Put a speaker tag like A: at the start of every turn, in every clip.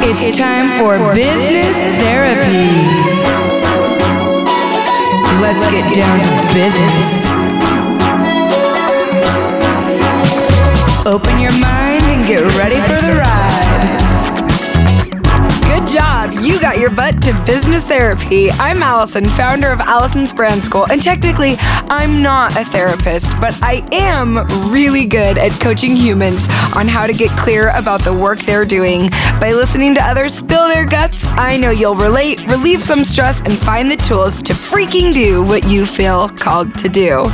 A: It's time for business therapy. Let's get down to business. Open your mind and get ready for the ride. Good job. You got your butt to business therapy. I'm Allison, founder of Allison's Brand School, and technically, I'm not a therapist, but I am really good at coaching humans on how to get clear about the work they're doing. By listening to others spill their guts, I know you'll relate, relieve some stress, and find the tools to freaking do what you feel called to do.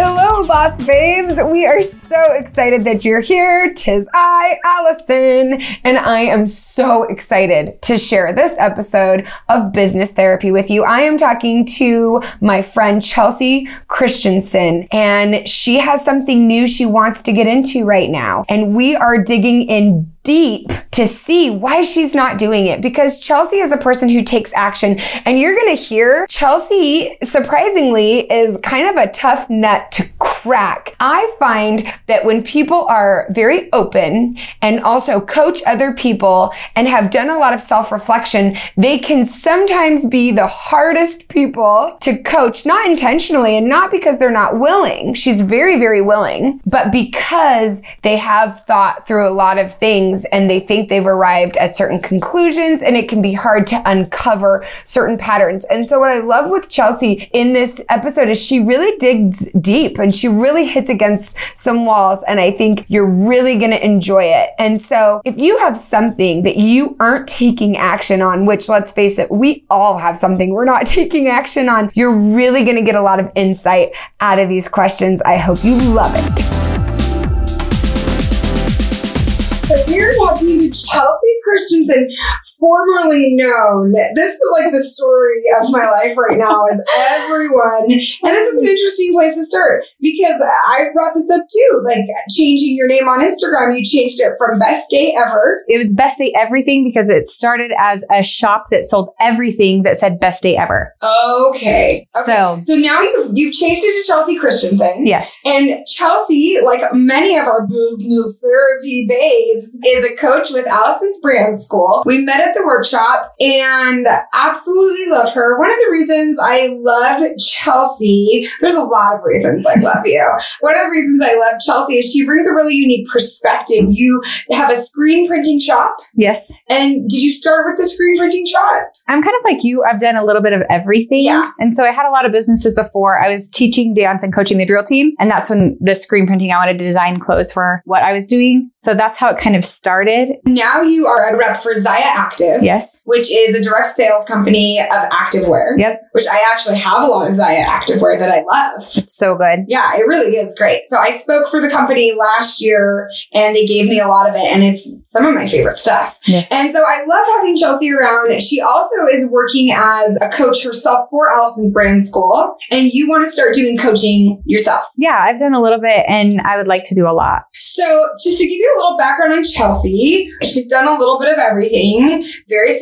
A: Hello, boss babes. We are so excited that you're here. Tis I, Allison, and I am so excited to share this episode of Business Therapy with you. I am talking to my friend Chelsea Christensen, and she has something new she wants to get into right now. And we are digging in deep to see why she's not doing it because Chelsea is a person who takes action and you're going to hear Chelsea surprisingly is kind of a tough nut to crack. I find that when people are very open and also coach other people and have done a lot of self-reflection, they can sometimes be the hardest people to coach, not intentionally and not because they're not willing. She's very, very willing, but because they have thought through a lot of things and they think they've arrived at certain conclusions and it can be hard to uncover certain patterns. And so what I love with Chelsea in this episode is she really digs deep and she really hits against some walls. And I think you're really going to enjoy it. And so if you have something that you aren't taking action on, which let's face it, we all have something we're not taking action on, you're really going to get a lot of insight out of these questions. I hope you love it. So we're talking to Chelsea Christensen, formerly known. This is like the story of my life right now, is everyone. And this is an interesting place to start because I brought this up too. Like changing your name on Instagram, you changed it from best day ever.
B: It was Best Day Everything because it started as a shop that sold everything that said Best Day Ever.
A: Okay. okay.
B: So,
A: So now you've you've changed it to Chelsea Christensen.
B: yes.
A: And Chelsea, like many of our business therapy babes, is a coach with Allison's Brand School. We met at the workshop and absolutely love her. One of the reasons I love Chelsea, there's a lot of reasons I love you. One of the reasons I love Chelsea is she brings a really unique perspective. You have a screen printing shop.
B: Yes.
A: And did you start with the screen printing shop?
B: I'm kind of like you. I've done a little bit of everything.
A: Yeah.
B: And so I had a lot of businesses before. I was teaching dance and coaching the drill team. And that's when the screen printing, I wanted to design clothes for what I was doing. So that's how it kind of started.
A: Now you are a rep for Zaya Active.
B: Yes.
A: which is a direct sales company of activewear.
B: Yep.
A: Which I actually have a lot of Zaya activewear that I love.
B: It's so good.
A: Yeah, it really is great. So I spoke for the company last year and they gave me a lot of it and it's some of my favorite stuff.
B: Yes.
A: And so I love having Chelsea around. She also is working as a coach herself for Allison's Brand School and you want to start doing coaching yourself.
B: Yeah. I've done a little bit and I would like to do a lot.
A: So, just to give you a little background on Chelsea, she's done a little bit of everything very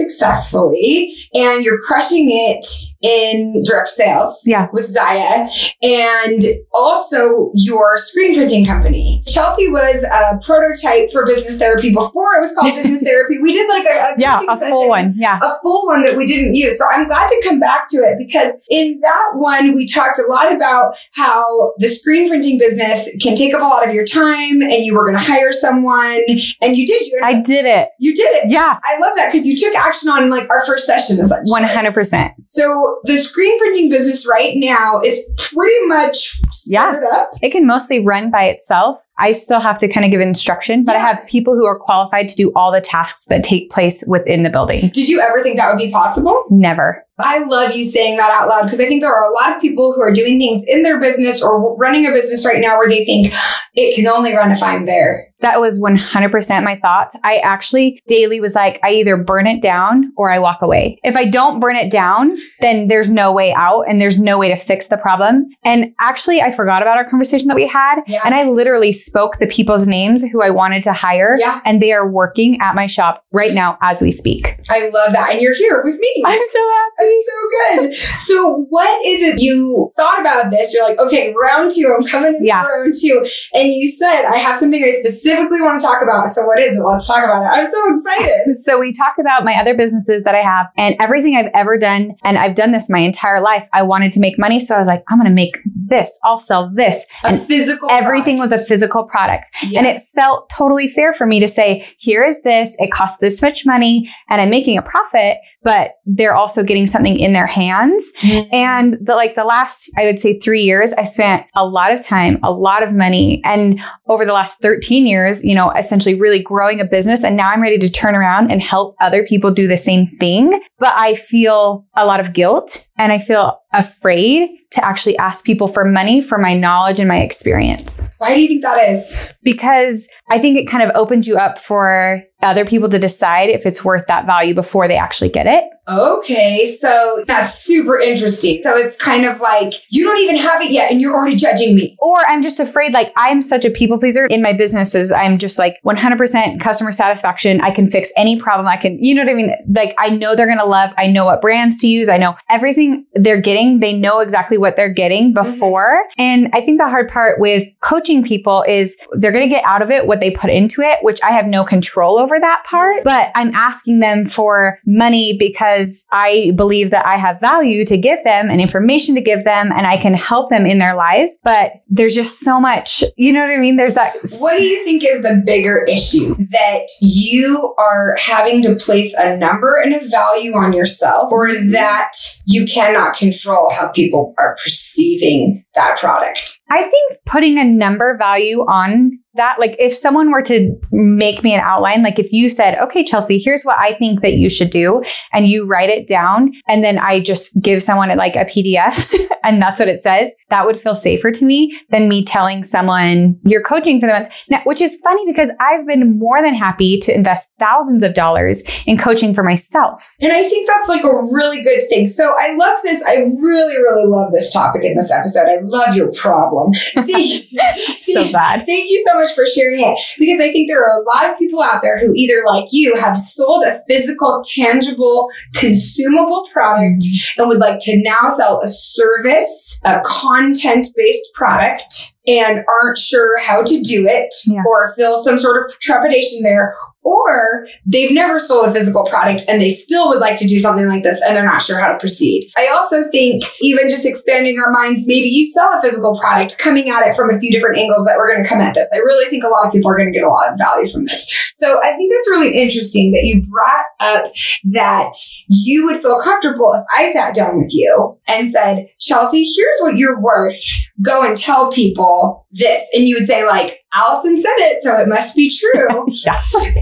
A: successfully, and you're crushing it in direct sales
B: Yeah.
A: with Zaya and also your screen printing company. Chelsea was a prototype for business therapy before it was called business therapy. We did like a, a
B: Yeah.
A: coaching
B: A
A: session
B: full one. Yeah.
A: a full one that we didn't use. So I'm glad to come back to it because in that one, we talked a lot about how the screen printing business can take up a lot of your time and you were going to hire someone and you did. You,
B: I did it.
A: you did it.
B: Yeah.
A: I love that because you took action on like our first session. Essentially.
B: 100%.
A: So the screen printing business right now is pretty much
B: Yeah.
A: started up.
B: It can mostly run by itself. I still have to kind of give instruction, but I
A: Yeah.
B: have people who are qualified to do all the tasks that take place within the building.
A: Did you ever think that would be possible?
B: Never.
A: I love you saying that out loud because I think there are a lot of people who are doing things in their business or running a business right now where they think it can only run if I'm there.
B: That was 100% my thoughts. I actually daily was like, I either burn it down or I walk away. If I don't burn it down, then there's no way out and there's no way to fix the problem. And actually, I forgot about our conversation that we had.
A: Yeah.
B: And I literally spoke the people's names who I wanted to hire.
A: Yeah.
B: And they are working at my shop right now as we speak.
C: I love that. And you're here with me.
B: I'm so happy.
C: That's so good. So, what is it you thought about this? You're like, okay, round two, I'm coming in
B: Yeah.
C: for round two. And you said, I have something I specifically want to talk about. So, what is it? Let's talk about it. I'm so excited.
B: So we talked about my other businesses that I have and everything I've ever done. And I've done this my entire life. I wanted to make money. So I was like, I'm going to make this. I'll sell this.
C: A
B: And
C: physical.
B: Everything was a physical product.
C: Yes.
B: And it felt totally fair for me to say, here is this. It costs this much money and I'm making a profit, but they're also getting something in their hands.
C: Mhm.
B: And the, like the last, I would say three years, I spent a lot of time, a lot of money. And over the last 13 years, you know, essentially really growing a business. And now I'm ready to turn around and help other people do the same thing. But I feel a lot of guilt and I feel afraid to actually ask people for money for my knowledge and my experience
C: Why do you think that is?
B: because I think it kind of opens you up for other people to decide if it's worth that value before they actually get it.
C: Okay, so that's super interesting. So, it's kind of like, you don't even have it yet and you're already judging me.
B: Or I'm just afraid, like, I'm such a people pleaser in my businesses. I'm just like 100% customer satisfaction. I can fix any problem. I can, you know what I mean? Like, I know they're going to love, I know what brands to use. I know everything they're getting. They know exactly what they're getting before. And I think the hard part with coaching people is they're going to get out of it what they put into it, which I have no control over that part. But I'm asking them for money because I believe that I have value to give them and information to give them and I can help them in their lives. But there's just so much, you know what I mean? There's that.
C: What do you think is the bigger issue? That you are having to place a number and a value on yourself, or that you cannot control how people are perceiving that product?
B: I think putting a number value on that, like if someone were to make me an outline, like if you said, okay, Chelsea, here's what I think that you should do, and you write it down, and then I just give someone like a PDF and that's what it says, that would feel safer to me than me telling someone you're coaching for the month. Now, which is funny because I've been more than happy to invest thousands of dollars in coaching for myself.
C: And I think that's like a really good thing. So I love this. I really, really love this topic in this episode. I love your problem.
B: So bad.
C: Thank you so much for sharing it because I think there are a lot of people out there who, either like you, have sold a physical, tangible, consumable product and would like to now sell a service, a content based product, and aren't sure how to do it
B: Yeah.
C: or feel some sort of trepidation there. Or they've never sold a physical product and they still would like to do something like this and they're not sure how to proceed. I also think, even just expanding our minds, maybe you sell a physical product coming at it from a few different angles that we're going to come at this. I really think a lot of people are going to get a lot of value from this. So I think that's really interesting that you brought up that you would feel comfortable if I sat down with you and said, Chelsea, here's what you're worth. Go and tell people this. And you would say, like, Allison said it, so it must be true.
B: Yeah.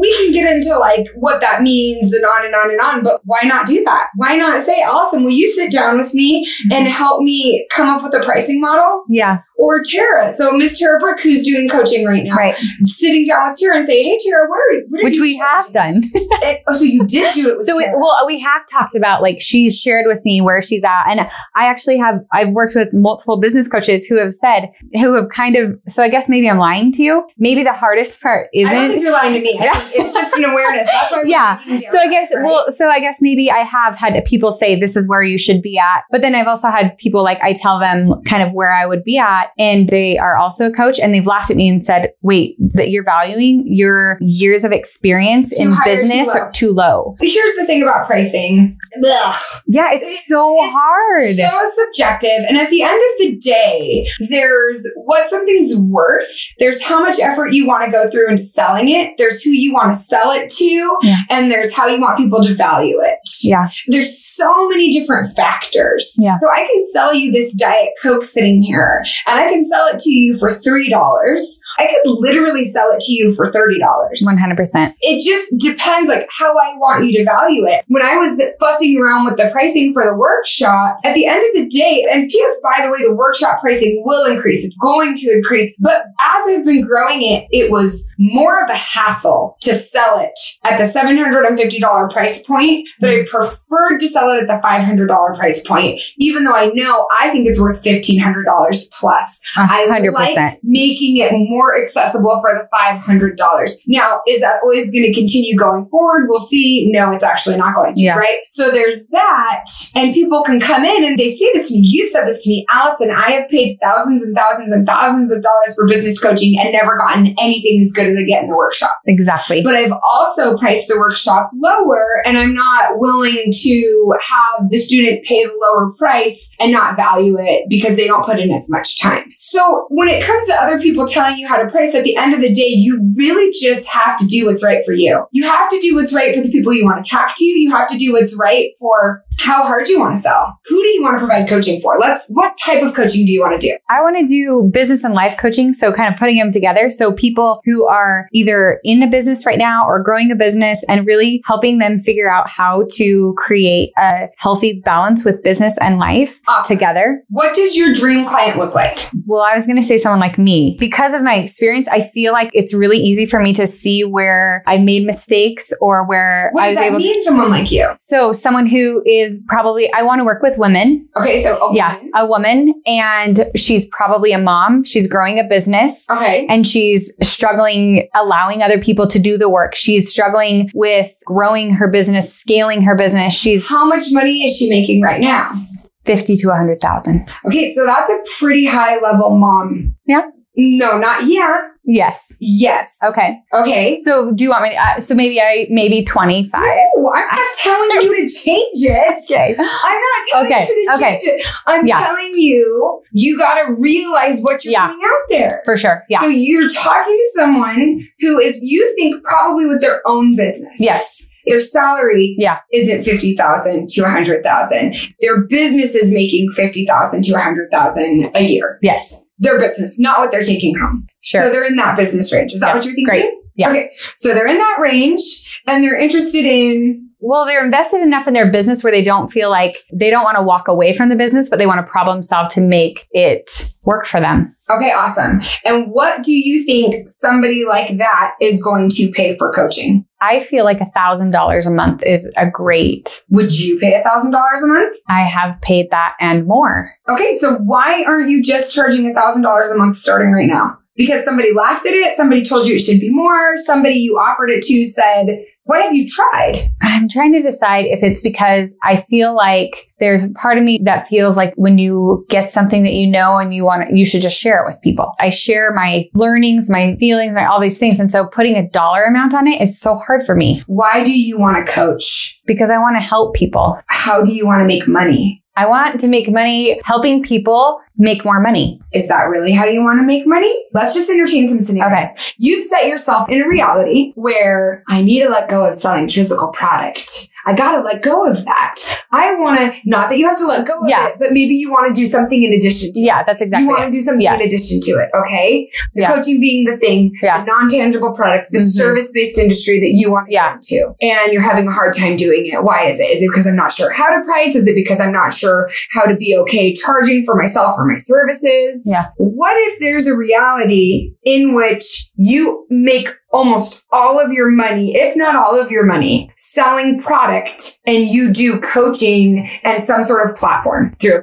C: we can get into like what that means and on and on and on, but why not do that? Why not say, Allison, will you sit down with me
B: Mm-hmm.
C: and help me come up with a pricing model?
B: Yeah.
C: Or Tara. So Miss Tara Brick, who's doing coaching right now,
B: Right.
C: sitting down with Tara and say, Hey Tara, what are, what are
B: Which
C: you
B: we have done.
C: Eh, Oh, so you did do it with
B: So, we,
C: Tara.
B: well, we have talked about like she's shared with me where she's at. And I actually have, I've worked with multiple business coaches who have said, who have kind of, so I guess maybe I'm lying to you. Maybe the hardest part
C: I don't think
B: isn't.
C: you're lying to me. I
B: Yeah.
C: think it's just an awareness. That's why. we're
B: Yeah.
C: breaking down
B: So I guess,
C: right?
B: well, so I guess maybe I have had people say this is where you should be at. But then I've also had people like I tell them kind of where I would be at and they are also a coach and they've laughed at me and said, wait, that you're valuing your years of experience
C: Too
B: in
C: high or too
B: business
C: low?"
B: are too low.
C: here's the thing about pricing. Ugh.
B: Yeah. It's so
C: It's
B: hard.
C: So subjective. And at the end of the day, there's what something's worth. There's how much effort you want to go through into selling it. There's who you want to sell it to.
B: Yeah.
C: And there's how you want people to value it.
B: yeah.
C: There's so many different factors.
B: Yeah.
C: So I can sell you this Diet Coke sitting here and I can sell it to you for $3. I could literally sell it to you for $30.
B: One hundred percent.
C: it just depends like how I want you to value it. When I was fussing around with the pricing for the workshop, at the end of the day, and PS, by the way, the workshop pricing will increase. It's going to increase. But as I've been growing it, it was more of a hassle to sell it at the $750 price point that I preferred to sell it at the $500 price point, even though I know I think it's worth $1,500 plus. less. I
B: 100%.
C: liked making it more accessible for the $500. Now, is that always going to continue going forward? We'll see. No, it's actually not going to,
B: Yeah.
C: right? So there's that. And people can come in and they say this to me. You've said this to me, Allison. I have paid thousands and thousands and thousands of dollars for business coaching and never gotten anything as good as I get in the workshop.
B: Exactly.
C: But I've also priced the workshop lower and I'm not willing to have the student pay the lower price and not value it because they don't put in as much time. So when it comes to other people telling you how to price, at the end of the day, you really just have to do what's right for you. You have to do what's right for the people you want to talk to. You have to do what's right for how hard you want to sell. Who do you want to provide coaching for? Let's, what type of coaching do you want to do?
B: I want to do business and life coaching. So, kind of putting them together. So, people who are either in a business right now or growing a business and really helping them figure out how to create a healthy balance with business and life
C: Awesome.
B: together.
C: What does your dream client look like?
B: Well, I was going to say someone like me. Because of my experience, I feel like it's really easy for me to see where I made mistakes or where
C: What
B: I
C: does
B: was
C: that
B: able to.
C: mean, someone like you?
B: So, someone who is probably, I want to work with women.
C: Okay, so a
B: Yeah,
C: woman.
B: a woman. And she's probably a mom. She's growing a business.
C: Okay.
B: and she's struggling allowing other people to do the work. She's struggling with growing her business, scaling her business. She's
C: How much money is she making right now?
B: 50 to 100,000.
C: Okay, so that's a pretty high level mom.
B: Yeah.
C: No, not yeah.
B: Yes.
C: Yes.
B: Okay.
C: Okay.
B: So do you want me to, uh, so maybe I maybe 25.
C: No, I'm not telling you to change it.
B: Okay.
C: I'm not telling
B: Okay,
C: you to
B: okay.
C: change it. I'm
B: Yeah.
C: telling you, you got to realize what you're
B: Yeah.
C: putting out there.
B: For sure. Yeah.
C: So you're talking to someone who is, you think, probably with their own business.
B: Yes.
C: Their salary
B: Yeah.
C: isn't fifty thousand to a hundred thousand. Their business is making fifty thousand to a hundred thousand a year.
B: Yes.
C: their business, not what they're taking home. So
B: Sure.
C: they're in that business range. Is that
B: Yeah,
C: what you're thinking?
B: great. Yeah.
C: Okay. So they're in that range and they're interested in,
B: Well, they're invested enough in their business where they don't feel like they don't want to walk away from the business, but they want to problem solve to make it work for them.
C: okay, awesome. And what do you think somebody like that is going to pay for coaching?
B: I feel like $1,000 a month is a great.
C: Would you pay a thousand dollars a month?
B: I have paid that and more.
C: Okay. So why aren't you just charging a thousand dollars a month starting right now? Because somebody laughed at it. Somebody told you it should be more. Somebody you offered it to said, what have you tried?
B: I'm trying to decide if it's because I feel like there's a part of me that feels like when you get something that you know and you want to, you should just share it with people. I share my learnings, my feelings, my all these things. And so putting a dollar amount on it is so hard for me
C: Why do you want to coach?
B: because I want to help people.
C: How do you want to make money?
B: I want to make money helping people make more money.
C: Is that really how you want to make money? Let's just entertain some scenarios. You've set yourself in a reality where I need to let go of selling physical product. I gotta let go of that. I wanna, not that you have to let go of
B: Yeah.
C: it, but maybe you wanna do something in addition to it.
B: Yeah, that's exactly
C: You want
B: it.
C: to do something in
B: Yes.
C: addition to it, okay? The
B: Yeah.
C: coaching being the thing,
B: Yeah.
C: the non-tangible product, the
B: Mhm.
C: service-based industry that you want to
B: Yeah.
C: get into. And you're having a hard time doing it. Why is it? Is it because I'm not sure how to price? Is it because I'm not sure how to be okay charging for myself or my services?
B: Yeah.
C: What if there's a reality in which you make almost all of your money, if not all of your money, selling product and you do coaching and some sort of platform through a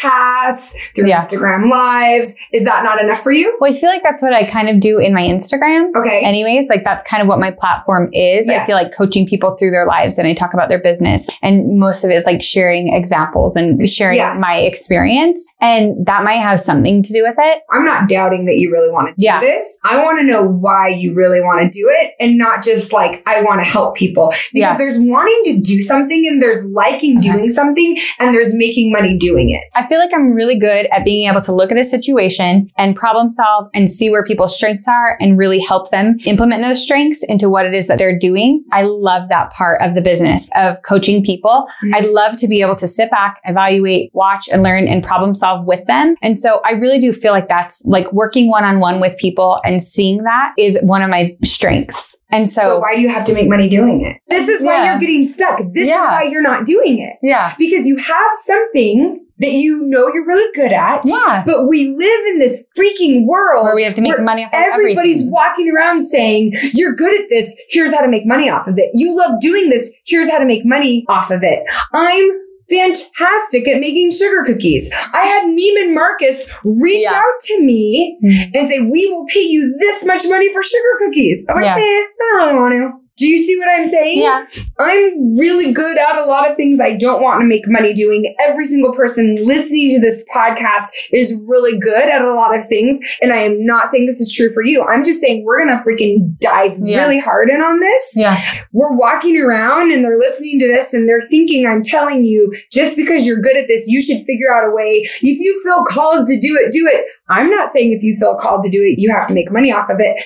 C: podcast, through
B: Yeah.
C: Instagram lives. Is that not enough for you?
B: Well, I feel like that's what I kind of do in my Instagram.
C: Okay.
B: anyways like that's kind of what my platform is
C: Yes.
B: i feel like coaching people through their lives and i talk about their business and most of it is like sharing examples and sharing
C: Yeah.
B: my experience and that might have something to do with it
C: I'm not doubting that you really want to do
B: Yeah.
C: this. I want to know why you really want to do it and not just like, I want to help people. Because
B: Yeah.
C: there's wanting to do something and there's liking
B: Okay.
C: doing something and there's making money doing it.
B: i feel like i'm really good at being able to look at a situation and problem solve and see where people's strengths are and really help them implement those strengths into what it is that they're doing i love that part of the business of coaching people
C: Mm-hmm.
B: I'd love to be able to sit back, evaluate, watch and learn and problem solve with them. And so I really do feel like that's like working one on one with people and seeing that is one of my strengths. And so,
C: So, why do you have to make money doing it? This is why
B: Yeah.
C: you're getting stuck. This is
B: Yeah.
C: why you're not doing it.
B: yeah,
C: Because you have something that you know you're really good at.
B: yeah,
C: But we live in this freaking world
B: where we have to make money off of
C: everybody's
B: everything.
C: walking around saying, You're good at this. Here's how to make money off of it. You love doing this. Here's how to make money off of it. I'm fantastic at making sugar cookies. I had Neiman Marcus reach
B: Yeah.
C: out to me
B: Mm-hmm.
C: and say, we will pay you this much money for sugar cookies. I was
B: Yeah.
C: like, eh, I don't really want to. Do you see what I'm saying?
B: Yeah.
C: I'm really good at a lot of things I don't want to make money doing. Every single person listening to this podcast is really good at a lot of things. And I am not saying this is true for you. I'm just saying we're going to freaking dive
B: Yeah.
C: really hard in on this
B: Yeah.
C: we're walking around and they're listening to this and they're thinking, I'm telling you, just because you're good at this, you should figure out a way. If you feel called to do it, do it. I'm not saying if you feel called to do it, you have to make money off of it,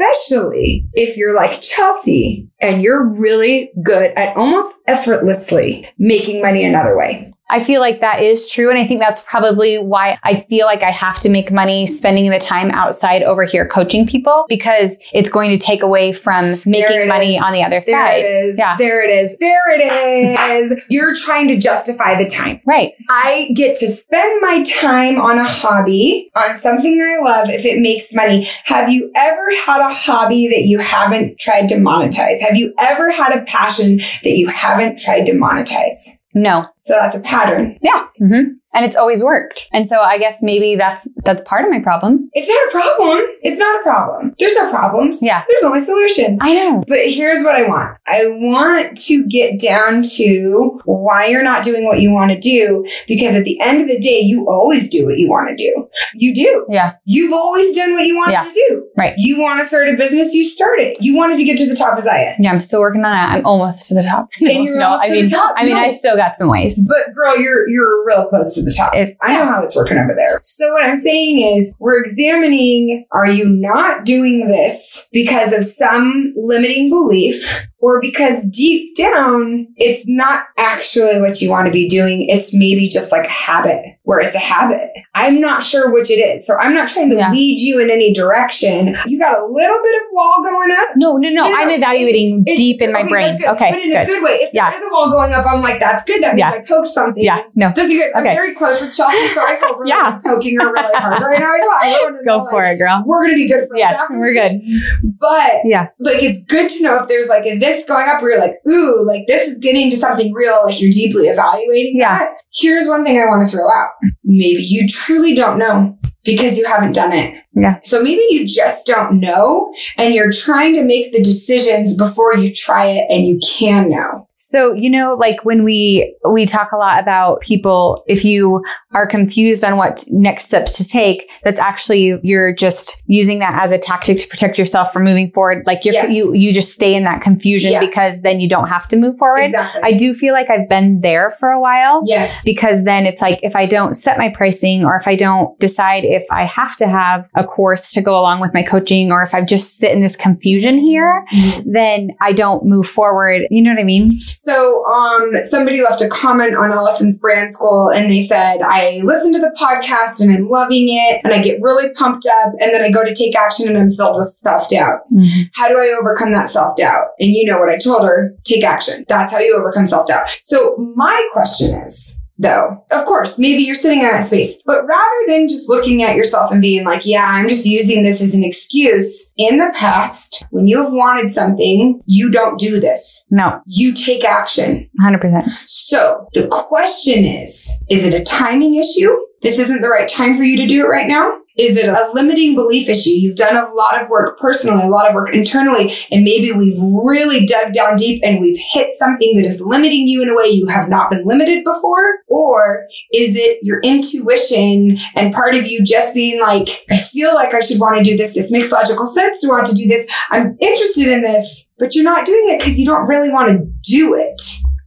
C: especially if you're like Chelsea and you're really good at almost effortlessly making money another way.
B: I feel like that is true. And I think that's probably why I feel like I have to make money spending the time outside over here coaching people because it's going to take away from
C: it
B: making money
C: is.
B: on the other
C: There
B: side.
C: it is.
B: Yeah.
C: There it is. There it is. You're trying to justify the time.
B: Right.
C: I get to spend my time on a hobby, on something I love if it makes money. Have you ever had a hobby that you haven't tried to monetize? Have you ever had a passion that you haven't tried to monetize?
B: No.
C: So that's a pattern.
B: Yeah. hmm And it's always worked. And so I guess maybe that's that's part of my problem.
C: It's not a problem. It's not a problem. There's no problems.
B: Yeah.
C: There's only solutions.
B: I know.
C: But here's what I want. I want to get down to why you're not doing what you want to do because at the end of the day, you always do what you want to do. You do.
B: Yeah.
C: You've always done what you wanted
B: Yeah.
C: to do.
B: Right.
C: You want to start a business, you start it. You wanted to get to the top of Zaya.
B: Yeah, I'm still working on that. I'm almost to the top.
C: And you're almost
B: I
C: to the
B: mean,
C: top.
B: I mean,
C: No.
B: I still got some ways.
C: But girl, you're you're real close to the top.
B: If-
C: I know how it's working over there. So what I'm saying is we're examining are you not doing this because of some limiting belief or because deep down it's not actually what you want to be doing. It's maybe just like a habit where it's a habit. I'm not sure which it is. So I'm not trying to
B: Yeah.
C: lead you in any direction. You got a little bit of wall going up.
B: No, no, no.
C: No, no,
B: I'm
C: no.
B: evaluating
C: It-
B: deep in my
C: Okay,
B: brain.
C: that's good.
B: Okay,
C: But in a
B: good.
C: good way. If
B: Yeah.
C: there's a wall going up, I'm like, that's good. That means
B: Yeah.
C: I poked something.
B: Yeah, no.
C: This is good. I'm
B: Okay.
C: very close with Chelsea, so I feel really
B: Yeah.
C: like poking her really hard right now. So I don't wanna
B: Go
C: know,
B: for
C: like,
B: it, girl.
C: We're gonna be good friends.
B: Yes,
C: after
B: we're
C: this.
B: good.
C: But
B: Yeah.
C: like it's good to know if there's like a this going up where you're like, ooh, like this is getting to something real, like you're deeply evaluating
B: Yeah.
C: that. Here's one thing I want to throw out. Maybe you truly don't know because you haven't done it.
B: Yeah.
C: So maybe you just don't know and you're trying to make the decisions before you try it and you can know.
B: So, you know, like when we we talk a lot about people if you are confused on what next steps to take, that's actually you're just using that as a tactic to protect yourself from moving forward. Like you're
C: Yes.
B: you you just stay in that confusion
C: Yes.
B: because then you don't have to move forward.
C: Exactly.
B: I do feel like I've been there for a while.
C: yes.
B: Because then it's like if I don't set my pricing or if I don't decide if I have to have a course to go along with my coaching or if I just sit in this confusion here,
C: Mm-hmm.
B: then I don't move forward. You know what I mean?
C: So, um, somebody left a comment on Allison's brand school and they said, I listen to the podcast and I'm loving it and I get really pumped up and then I go to take action and I'm filled with self doubt. How do I overcome that self doubt? And you know what I told her, take action. That's how you overcome self doubt. So my question is, though, of course, maybe you're sitting in that space, but rather than just looking at yourself and being like, yeah, I'm just using this as an excuse. In the past, when you have wanted something, you don't do this.
B: No,
C: You take action.
B: 100%.
C: So the question is is it a timing issue? This isn't the right time for you to do it right now? Is it a limiting belief issue? You've done a lot of work personally, a lot of work internally, and maybe we've really dug down deep and we've hit something that is limiting you in a way you have not been limited before? Or is it your intuition and part of you just being like, I feel like I should want to do this. This makes logical sense to want to do this. I'm interested in this, but you're not doing it because you don't really want to do it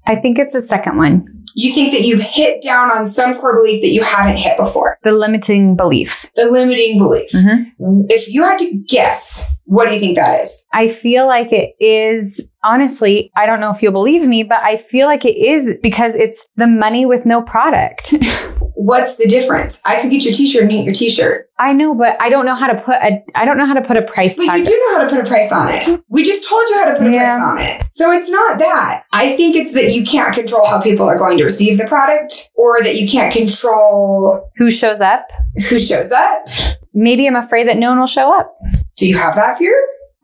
B: I think it's the second one,
C: you think that you've hit down on some core belief that you haven't hit before
B: the limiting belief.
C: the limiting belief
B: Mhm.
C: if you had to guess what do you think that is
B: I feel like it is, honestly, I don't know if you'll believe me, but I feel like it is because it's the money with no product.
C: what's the difference i could get your t-shirt and eat your t-shirt
B: I know, but I don't know how to put a, I don't know how to put a price
C: but
B: tag.
C: you do know how to put a price on it we just told you how to put
B: Yeah.
C: a price on it so it's not that i think it's that you can't control how people are going to receive the product or that you can't control
B: Who shows up?
C: who shows up
B: Maybe I'm afraid that no one will show up.
C: do you have that fear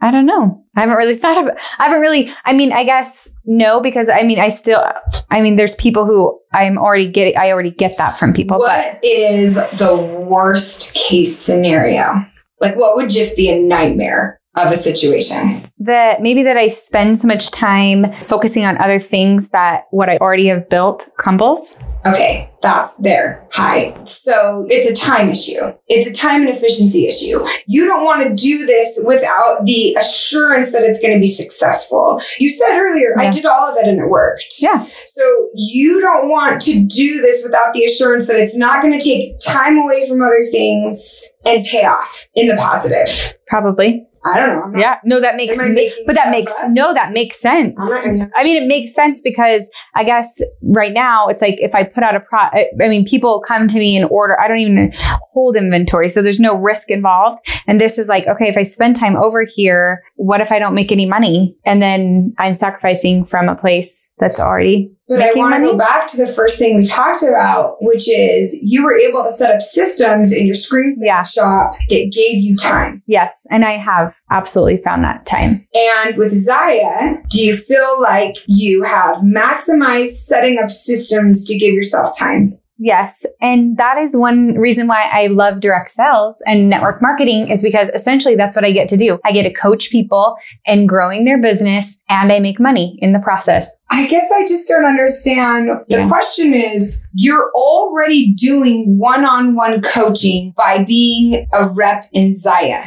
B: I don't know. I haven't really thought about. I haven't really. I mean, I guess no, because I mean, I still. I mean, there's people who I'm already getting. I already get that from people.
C: What is the worst case scenario? Like, what would just be a nightmare of a situation?
B: But that maybe that I spend so much time focusing on other things that what I already have built crumbles.
C: Okay, that's there. Hi. So it's a time issue. It's a time and efficiency issue. You don't want to do this without the assurance that it's going to be successful. You said earlier, I
B: Yeah.
C: did all of it and it worked.
B: Yeah.
C: So you don't want to do this without the assurance that it's not going to take time away from other things and pay off in the positive.
B: Probably.
C: I don't know. I'm not-
B: Yeah. No, that makes.
C: Uh-huh. Am I making
B: But that
C: stuff
B: makes
C: up?
B: no, that makes sense.
C: I'm not gonna-
B: I mean, it makes sense because I guess right now it's like if I put out a pro, I I mean, people come to me and order. I don't even hold inventory, so there's no risk involved. And this is like, okay, if I spend time over here, what if I don't make any money? And then I'm sacrificing from a place that's already
C: But I
B: making
C: want to
B: money.
C: go back to the first thing we talked about, which is you were able to set up systems in your screen
B: Yeah.
C: shop that gave you time.
B: Yes, and I have absolutely found that time.
C: And with Zaya, do you feel like you have maximized setting up systems to give yourself time?
B: Yes, and that is one reason why I love direct sales and network marketing is because essentially that's what I get to do. I get to coach people in growing their business and I make money in the process.
C: I guess I just don't understand. The
B: Yeah.
C: question is you're already doing one on one coaching by being a rep in Zaya.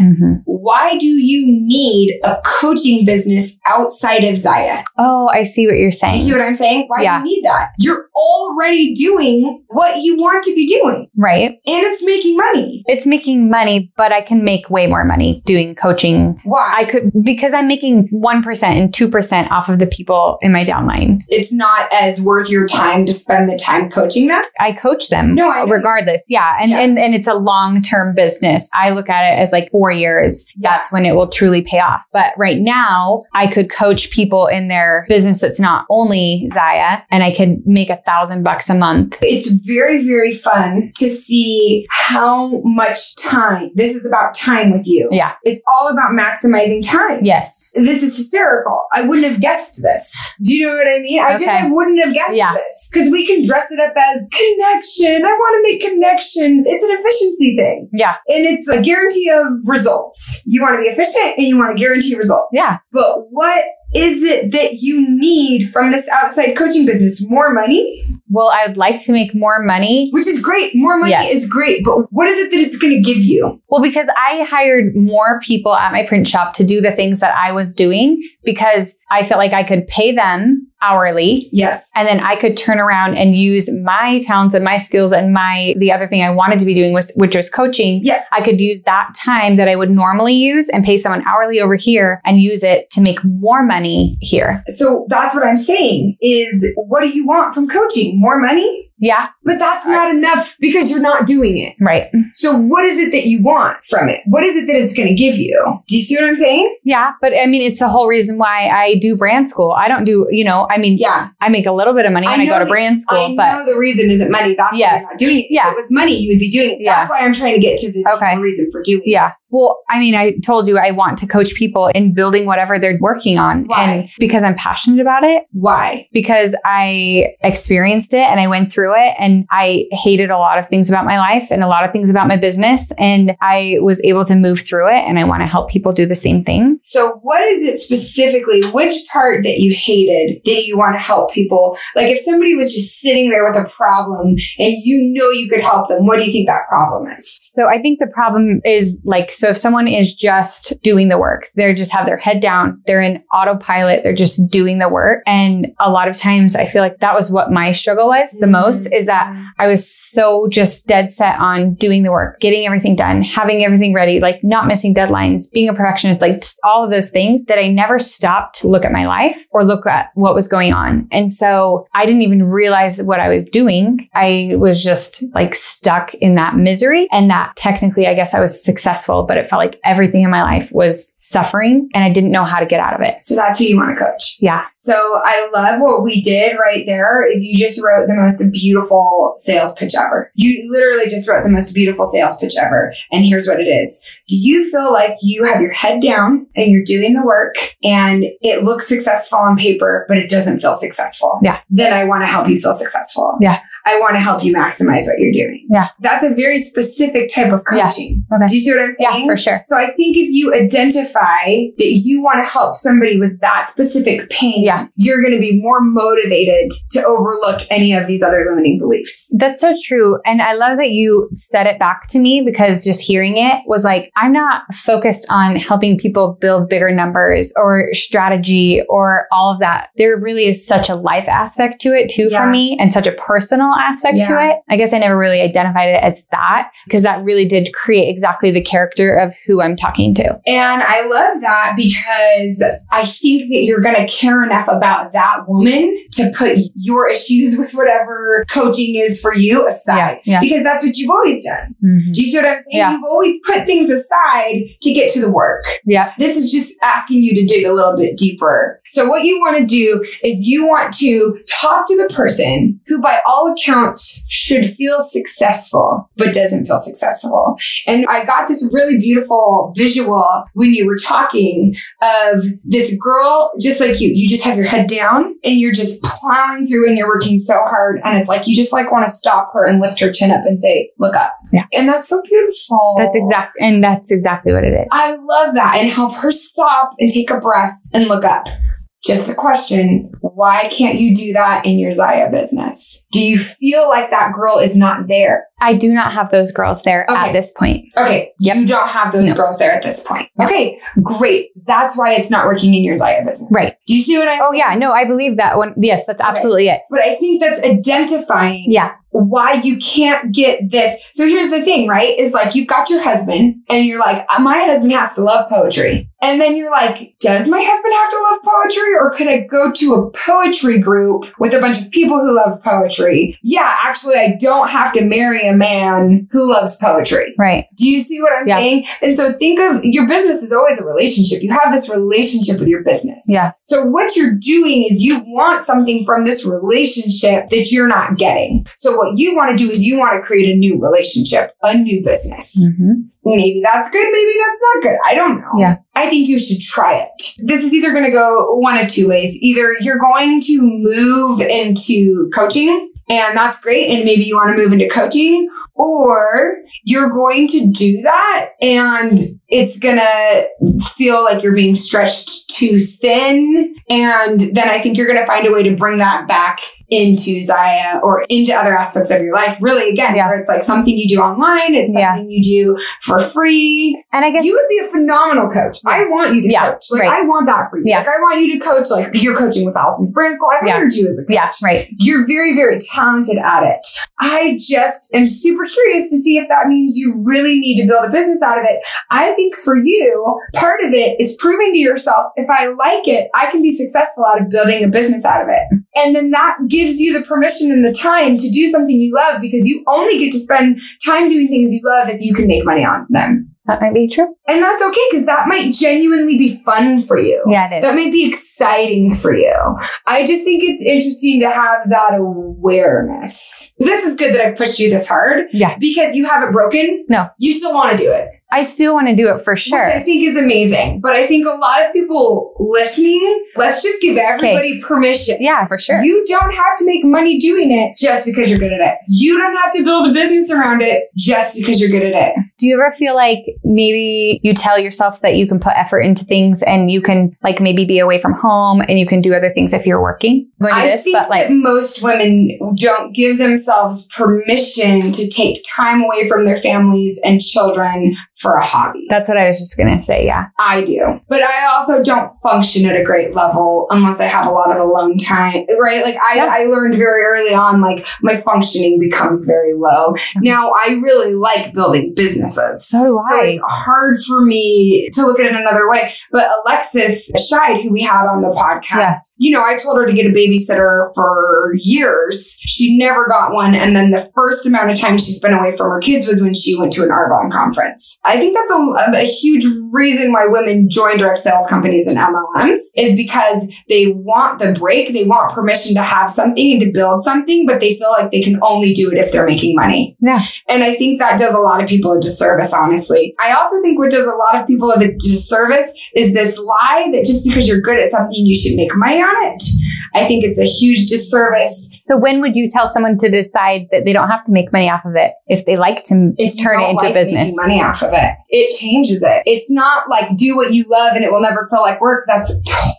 C: Why do you need a coaching business outside of Zaya?
B: Oh, I see what you're
C: You
B: saying.
C: see what I'm saying? Why
B: Yeah.
C: do you need that? You're already doing what you want to be doing,
B: right.
C: and it's making money.
B: It's making money, but I can make way more money doing coaching.
C: Why?
B: I could because I'm making 1% and 2% off of the people in my downline.
C: it's not as worth your time to spend the time coaching them.
B: I coach them
C: No, I know.
B: regardless. Yeah. And,
C: Yeah.
B: and and it's a long-term business. I look at it as like 4 years. That's when it will truly pay off. But right now, I could coach people in their business that's not only Zaya and I could make a 1000 bucks a month.
C: It's very, very fun to see how much time this is about time with you.
B: Yeah.
C: It's all about maximizing time.
B: Yes.
C: This is hysterical. I wouldn't have guessed this. Do you know what I mean? I just
B: Okay.
C: I wouldn't have guessed
B: Yeah.
C: this because we can dress it up as connection. I want to make connection. It's an efficiency thing.
B: Yeah.
C: And it's a guarantee of results. You want to be efficient and you want to guarantee results.
B: Yeah.
C: But what is it that you need from this outside coaching business? More money,
B: Well, I would like to make more money.
C: which is great. More money
B: Yes.
C: is great. But what is it that it's going to give you?
B: Well, because I hired more people at my print shop to do the things that I was doing because I felt like I could pay them hourly
C: Yes.
B: and then I could turn around and use my talents and my skills and my the other thing I wanted to be doing was which was coaching.
C: Yes.
B: I could use that time that I would normally use and pay someone hourly over here and use it to make more money here.
C: So that's what I'm saying is what do you want from coaching? More money?
B: Yeah,
C: But that's not enough because you're not doing it.
B: right.
C: So what is it that you want from it? What is it that it's going to give you? Do you see what I'm saying?
B: Yeah, but I mean it's the whole reason why I do brand school. I don't do, you know, I mean
C: Yeah.
B: I make a little bit of money
C: I
B: when I,
C: know
B: go to
C: that-
B: brand school,
C: I
B: but
C: know the reason isn't money. That's why
B: Yes.
C: you're not doing it.
B: Yeah.
C: If it was money, you would be doing it. That's why I'm trying to get to the
B: Okay.
C: deeper reason for doing it.
B: Yeah. Well, I mean, I told you I want to coach people in building whatever they're working on.
C: Why?
B: And because I'm passionate about it,
C: Why?
B: because I experienced it and I went through it and I hated a lot of things about my life and a lot of things about my business. And I was able to move through it and I want to help people do the same thing.
C: So what is it specifically? Which part that you hated that you want to help people? Like if somebody was just sitting there with a problem and you know you could help them, what do you think that problem is?
B: So I think the problem is like, so if someone is just doing the work, they're just have their head down, they're in autopilot, they're just doing the work. And a lot of times I feel like that was what my struggle was the most is that I was so just dead set on doing the work, getting everything done, having everything ready, like not missing deadlines, being a perfectionist, like just all of those things that I never stopped to look at my life or look at what was going on. And so I didn't even realize what I was doing. I was just like stuck in that misery and that technically, I guess I was successful, but it felt like everything in my life was suffering and I didn't know how to get out of it.
C: So that's who you want to coach.
B: Yeah.
C: So I love what we did right there is you just wrote the most beautiful sales pitch ever. You literally just wrote the most beautiful sales pitch ever. And here's what it is. Do you feel like you have your head down and you're doing the work and it looks successful on paper, but it doesn't feel successful?
B: Yeah.
C: Then I want to help you feel successful.
B: Yeah.
C: I want to help you maximize what you're doing.
B: Yeah.
C: That's a very specific type of
B: Yeah.
C: coaching.
B: Okay.
C: Do you see what I'm saying?
B: Yeah, for sure.
C: So I think if you identify that you want to help somebody with that specific pain,
B: Yeah.
C: you're going to be more motivated to overlook any of these other limiting beliefs.
B: That's so true. And I love that you said it back to me because just hearing it was like, I'm not focused on helping people build bigger numbers or strategy or all of that. There really is such a life aspect to it too
C: Yeah.
B: for me and such a personal aspect to
C: Yeah.
B: it. I guess I never really identified it as that because that really did create exactly the character of who I'm talking to.
C: And I love that because I think that you're going to care enough about that woman to put your issues with whatever coaching is for you aside.
B: Yeah.
C: Because that's what you've always done. Do you see what I'm saying?
B: Yeah.
C: You've always put things aside to get to the work.
B: Yeah.
C: This is just asking you to dig a little bit deeper. So what you want to do is you want to talk to the person who by all accounts should feel successful, but doesn't feel successful. And I got this really beautiful visual when you were talking of this girl, just like you, you just have your head down and you're just plowing through and you're working so hard. And it's like, you just like want to stop her and lift her chin up and say, look up.
B: Yeah.
C: And that's so beautiful.
B: That's exact. And that's exactly what it is.
C: I love that and help her stop and take a breath and look up. Just a question. Why can't you do that in your Zaya business? Do you feel like that girl is not there?
B: I do not have those girls there
C: Okay.
B: at this point.
C: Okay.
B: Yep.
C: You don't have those
B: No.
C: girls there at this point.
B: No.
C: Okay. Great. That's why it's not working in your Zaya business.
B: Right.
C: Do you see what I'm
B: Oh yeah, no, I believe that one. Yes, that's
C: Okay.
B: absolutely it.
C: But I think that's identifying
B: Yeah.
C: why you can't get this. So here's the thing, right? Is like you've got your husband and you're like, my husband has to love poetry. And then you're like, does my husband have to love poetry or could I go to a poetry group with a bunch of people who love poetry? Yeah, actually, I don't have to marry a man who loves poetry.
B: Right.
C: Do you see what I'm
B: Yeah.
C: saying? And so think of your business is always a relationship. You have this relationship with your business.
B: Yeah.
C: So what you're doing is you want something from this relationship that you're not getting. So what you want to do is you want to create a new relationship, a new business.
B: Mm-hmm.
C: Maybe that's good. Maybe that's not good. I don't know.
B: Yeah.
C: I think you should try it. This is either going to go one of two ways. Either you're going to move into coaching and that's great. And maybe you want to move into coaching or you're going to do that and it's going to feel like you're being stretched too thin. And then I think you're going to find a way to bring that back into Zaya or into other aspects of your life. Really, again,
B: Yeah.
C: where it's like something you do online. It's
B: Yeah.
C: something you do for free.
B: And I guess
C: You would be a phenomenal coach. I want you to
B: Yeah,
C: coach. Like
B: right.
C: I want that for you.
B: Yeah.
C: Like I want you to coach. Like you're coaching with Allison's Brand School. I
B: Yeah.
C: hired you as a coach.
B: yeah, right.
C: You're very, very talented at it. I just am super curious to see if that means you really need to build a business out of it. I think for you, part of it is proving to yourself if I like it, I can be successful out of building a business out of it. And then that gives you the permission and the time to do something you love because you only get to spend time doing things you love if you can make money on them.
B: That might be true.
C: And that's okay because that might genuinely be fun for you.
B: Yeah, it is.
C: That might be exciting for you. I just think it's interesting to have that awareness. This is good that I've pushed you this hard.
B: Yeah.
C: Because you haven't broken.
B: No.
C: You still want to do it.
B: I still want to do it for sure.
C: Which I think is amazing. But I think a lot of people listening, let's just give everybody permission.
B: yeah, for sure.
C: You don't have to make money doing it just because you're good at it. You don't have to build a business around it just because you're good at it.
B: do you ever feel like maybe you tell yourself that you can put effort into things and you can like maybe be away from home and you can do other things if you're working? I'm going to
C: I
B: this,
C: think
B: but like
C: that most women don't give themselves permission to take time away from their families and children for a hobby.
B: that's what I was just gonna say. Yeah.
C: I do. But I also don't function at a great level unless I have a lot of alone time, right? Like I,
B: Yeah.
C: I learned very early on, like my functioning becomes very low. Now I really like building businesses.
B: So do
C: So it's hard for me to look at it another way. But Alexis Scheid, who we had on the podcast,
B: Yeah.
C: you know, I told her to get a babysitter for years. She never got one. And then the first amount of time she spent away from her kids was when she went to an Arbonne conference. I think that's a, a huge reason why women join direct sales companies and MLMs is because they want the break. They want permission to have something and to build something, but they feel like they can only do it if they're making money.
B: Yeah.
C: And I think that does a lot of people a disservice, honestly. I also think what does a lot of people a disservice is this lie that just because you're good at something, you should make money on it. I think it's a huge disservice
B: So when would you tell someone to decide that they don't have to make money off of it if they like to
C: if you
B: turn it
C: don't
B: into
C: like
B: a business?
C: making money off of it it changes it it's not like do what you love and it will never feel like work that's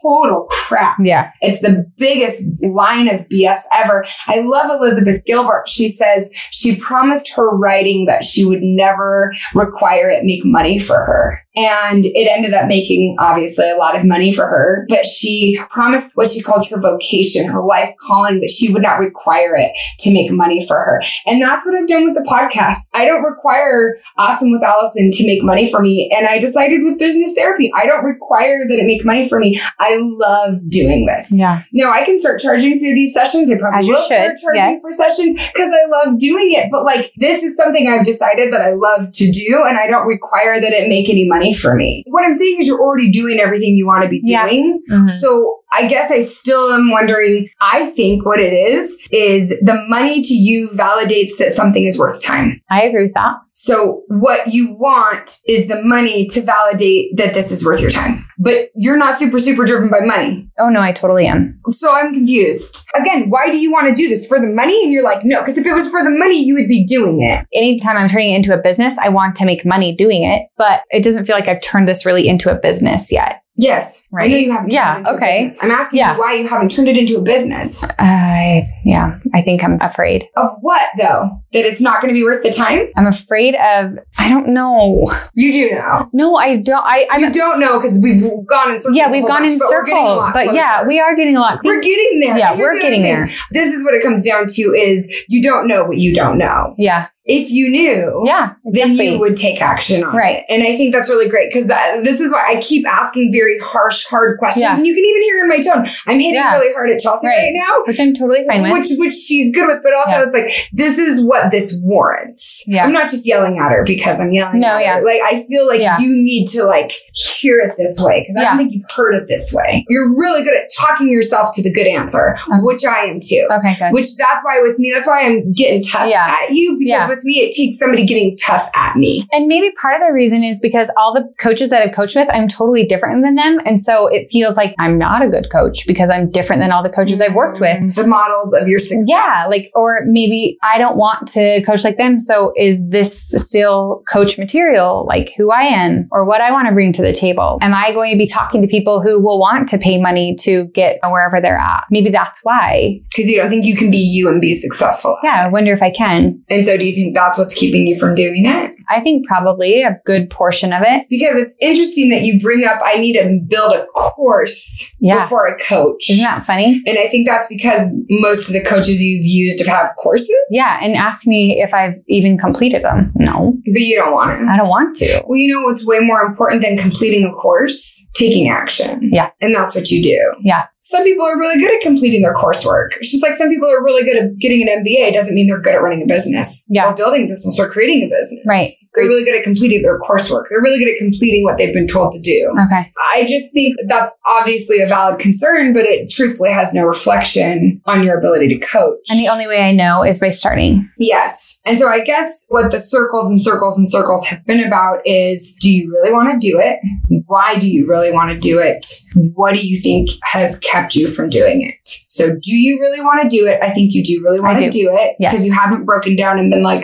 C: total crap
B: Yeah.
C: it's the biggest line of bs ever i love elizabeth gilbert she says she promised her writing that she would never require it make money for her and it ended up making obviously a lot of money for her but she promised what she calls her vocation her life calling that she would not require it to make money for her and that's what I've done with the podcast. I don't require Awesome with Allison to make money for me. And I decided with business therapy, I don't require that it make money for me. I love doing this.
B: Yeah.
C: No, I can start charging for these sessions. I probably
B: As you
C: will
B: should,
C: start charging
B: yes.
C: for sessions because I love doing it. But like, this is something I've decided that I love to do and I don't require that it make any money for me. What I'm saying is you're already doing everything you want to be
B: Yeah.
C: doing.
B: Mm-hmm.
C: So I guess I still am wondering. I think what it is is the money to you validates that something is worth time.
B: I agree with that.
C: So what you want is the money to validate that this is worth your time. But you're not super, super driven by money.
B: Oh no, I totally am.
C: So I'm confused. Again, why do you want to do this for the money? And you're like, no, because if it was for the money, you would be doing it.
B: Anytime I'm turning it into a business, I want to make money doing it, but it doesn't feel like I've turned this really into a business yet.
C: Yes. I
B: Right.
C: know you haven't
B: Yeah,
C: turned it into a
B: okay.
C: business. I'm asking
B: Yeah.
C: you why you haven't turned it into a business.
B: I yeah, I think I'm afraid.
C: Of what though? That it's not going to be worth the time?
B: I'm afraid of I don't know.
C: You do know.
B: No, I don't. I I'm
C: you don't know because we've gone in circles. a
B: yeah, we've
C: whole
B: gone
C: bunch,
B: in
C: but we're getting a
B: circle,
C: lot
B: but yeah,
C: closer.
B: we are getting a lot.
C: we're getting there.
B: yeah,
C: Here's
B: we're
C: the
B: getting
C: thing.
B: there.
C: This is what it comes down to: is you don't know what you don't know.
B: Yeah,
C: If you knew,
B: yeah,
C: then
B: exactly.
C: you would take action on
B: Right.
C: it. And I think that's really great because this is why I keep asking very harsh, hard questions.
B: Yeah.
C: And you can even hear in my tone, I'm hitting
B: Yeah.
C: really hard at Chelsea
B: Right.
C: right, now.
B: which I'm totally fine with.
C: Which which she's good with, but also
B: Yeah.
C: it's like this is what this warrants.
B: Yeah.
C: I'm not just yelling at her because I'm yelling.
B: No,
C: at
B: yeah.
C: her. Like I feel like
B: Yeah.
C: you need to like hear it this way because I
B: Yeah.
C: don't think you've heard it this way. You're really good at talking yourself to the good answer,
B: Okay.
C: which I am too.
B: Okay, good.
C: Which that's why with me, that's why I'm getting tough
B: Yeah.
C: at you because
B: Yeah.
C: with me it takes somebody getting tough at me.
B: And maybe part of the reason is because all the coaches that I've coached with, I'm totally different than them. And so it feels like I'm not a good coach because I'm different than all the coaches I've worked with.
C: the models of your success.
B: Yeah, like, or maybe I don't want to coach like them. So is this still coach material, like who I am or what I want to bring to the table? Am I going to be talking to people who will want to pay money to get wherever they're at? Maybe that's why.
C: because you don't think you can be you and be successful.
B: Yeah, I wonder if I can.
C: And so, do you think that's what's keeping you from doing it?
B: I think probably a good portion of it.
C: Because it's interesting that you bring up, I need to build a course
B: Yeah.
C: before I coach.
B: Isn't that funny?
C: and I think that's because most of the coaches you've used have had courses,
B: Yeah, and ask me if I've even completed them. No,
C: but you don't want to.
B: I don't want to.
C: Well, you know what's way more important than completing a course? Taking action.
B: Yeah.
C: And that's what you do.
B: Yeah.
C: Some people are really good at completing their coursework. It's just like some people are really good at getting an MBA. It doesn't mean they're good at running a business
B: Yeah.
C: or building a business or creating a business.
B: Right.
C: They're really good at completing their coursework. They're really good at completing what they've been told to do.
B: Okay.
C: I just think that's obviously a valid concern, but it truthfully has no reflection on your ability to coach.
B: And the only way I know is by starting.
C: Yes. And so I guess what the circles and circles and circles have been about is do you really want to do it? Why do you really want to do it? What do you think has kept you from doing it? So do you really want to do it? I think you do really want
B: I
C: to
B: do.
C: do it
B: Yes.
C: because you haven't broken down and been like,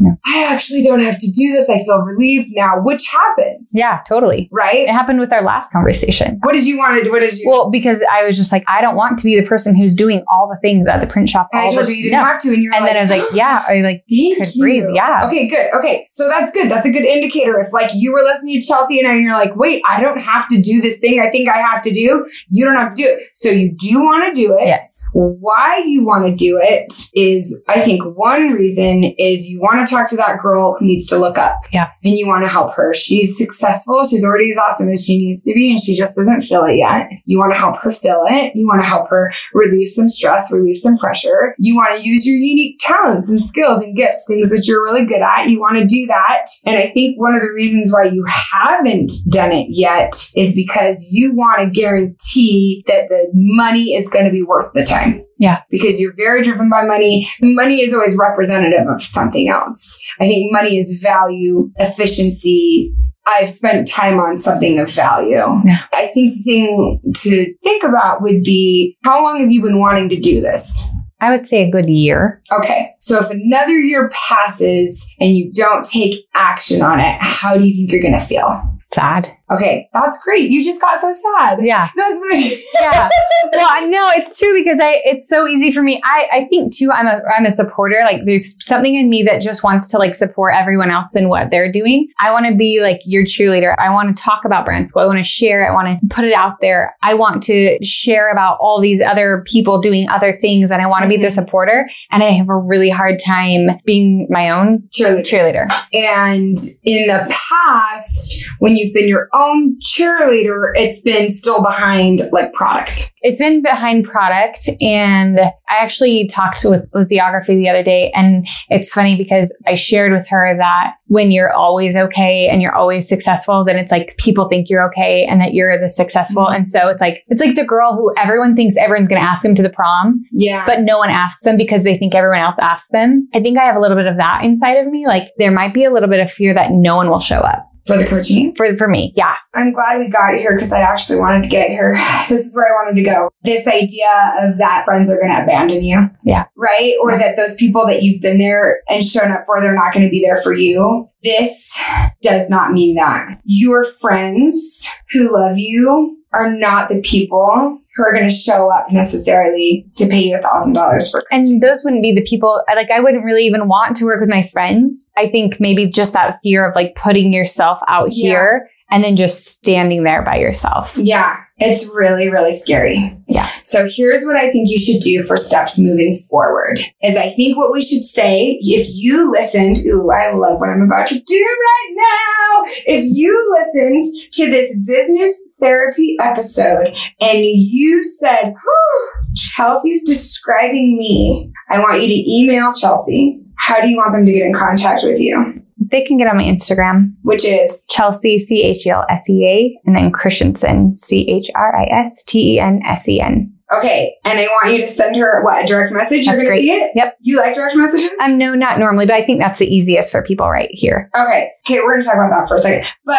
B: No.
C: I actually don't have to do this. I feel relieved now, which happens.
B: Yeah, totally. It
C: Right?
B: happened with our last conversation.
C: What did you want to What did you?
B: Well, because I was just like, I don't want to be the person who's doing all the things at the print shop.
C: and I
B: all
C: told
B: the-
C: you you didn't
B: No.
C: have to, and you were
B: And
C: like,
B: then I was like, yeah, I like
C: Thank
B: could
C: you.
B: breathe. Yeah.
C: Okay, good. Okay. So that's good. That's a good indicator. If like you were listening to Chelsea and I and you're like, wait, I don't have to do this thing I think I have to do, you don't have to do it. So you do want to do it.
B: yes,
C: Why you want to do it is I think one reason is you want to to talk to that girl who needs to look up.
B: Yeah.
C: And you want to help her. She's successful. She's already as awesome as she needs to be, and she just doesn't feel it yet. You want to help her feel it. You want to help her relieve some stress, relieve some pressure. You want to use your unique talents and skills and gifts, things that you're really good at. You want to do that. And I think one of the reasons why you haven't done it yet is because you want to guarantee that the money is going to be worth the time.
B: Yeah.
C: Because you're very driven by money. Money is always representative of something else. I think money is value, efficiency, I've spent time on something of value.
B: Yeah.
C: I think the thing to think about would be how long have you been wanting to do this?
B: I would say a good year.
C: Okay, so if another year passes and you don't take action on it, how do you think you're gonna feel?
B: Sad.
C: Okay, that's great. You just got so sad.
B: Yeah.
C: That's like,
B: Yeah. well, I know it's true because I it's so easy for me. I I think too I'm a I'm a supporter. Like there's something in me that just wants to like support everyone else in what they're doing. I want to be like your cheerleader. I want to talk about brand school. I want to share. I want to put it out there. I want to share about all these other people doing other things and I want to be the
C: Mhm.
B: supporter and I have a really hard time being my own
C: cheerleader.
B: cheerleader.
C: And in the past, when you've been your own cheerleader, it's been still behind like product.
B: it's been behind product and i actually talked with lithography the other day and it's funny because i shared with her that when you're always okay and you're always successful then it's like people think you're okay and that you're the successful and so it's like it's like the girl who everyone thinks everyone's going to ask them to the prom
C: Yeah.
B: but no one asks them because they think everyone else asks them i think i have a little bit of that inside of me like there might be a little bit of fear that no one will show up
C: for the coaching.
B: for for me yeah
C: I'm glad we got here because I actually wanted to get here. This is where I wanted to go. This idea of that friends are going to abandon you.
B: Yeah.
C: Right? Or that those people that you've been there and shown up for, they're not going to be there for you. This does not mean that. Your friends who love you are not the people who are going to show up necessarily to pay you $1,000 for.
B: And those wouldn't be the people, I- like, I wouldn't really even want to work with my friends. I think maybe just that fear of like putting yourself out
C: Yeah.
B: here and then just standing there by yourself.
C: Yeah, it's really, really scary.
B: Yeah.
C: So here's what I think you should do for steps moving forward is I think what we should say, if you listened, ooh, I love what I'm about to do right now. If you listened to this business therapy episode and you said, "Whew, Chelsea's describing me, I want you to email Chelsea. How do you want them to get in contact with you?
B: They can get on my Instagram,
C: Which is
B: Chelsea, C H E L S E A, and then Christensen, C H R I S T E N S E N.
C: Okay, and I want you to send her what a direct message. You're
B: That's
C: gonna
B: great.
C: see it.
B: Yep.
C: You like direct messages?
B: Um, no, not normally, but I think that's the easiest for people right here.
C: Okay. Okay, we're gonna talk about that for a second. But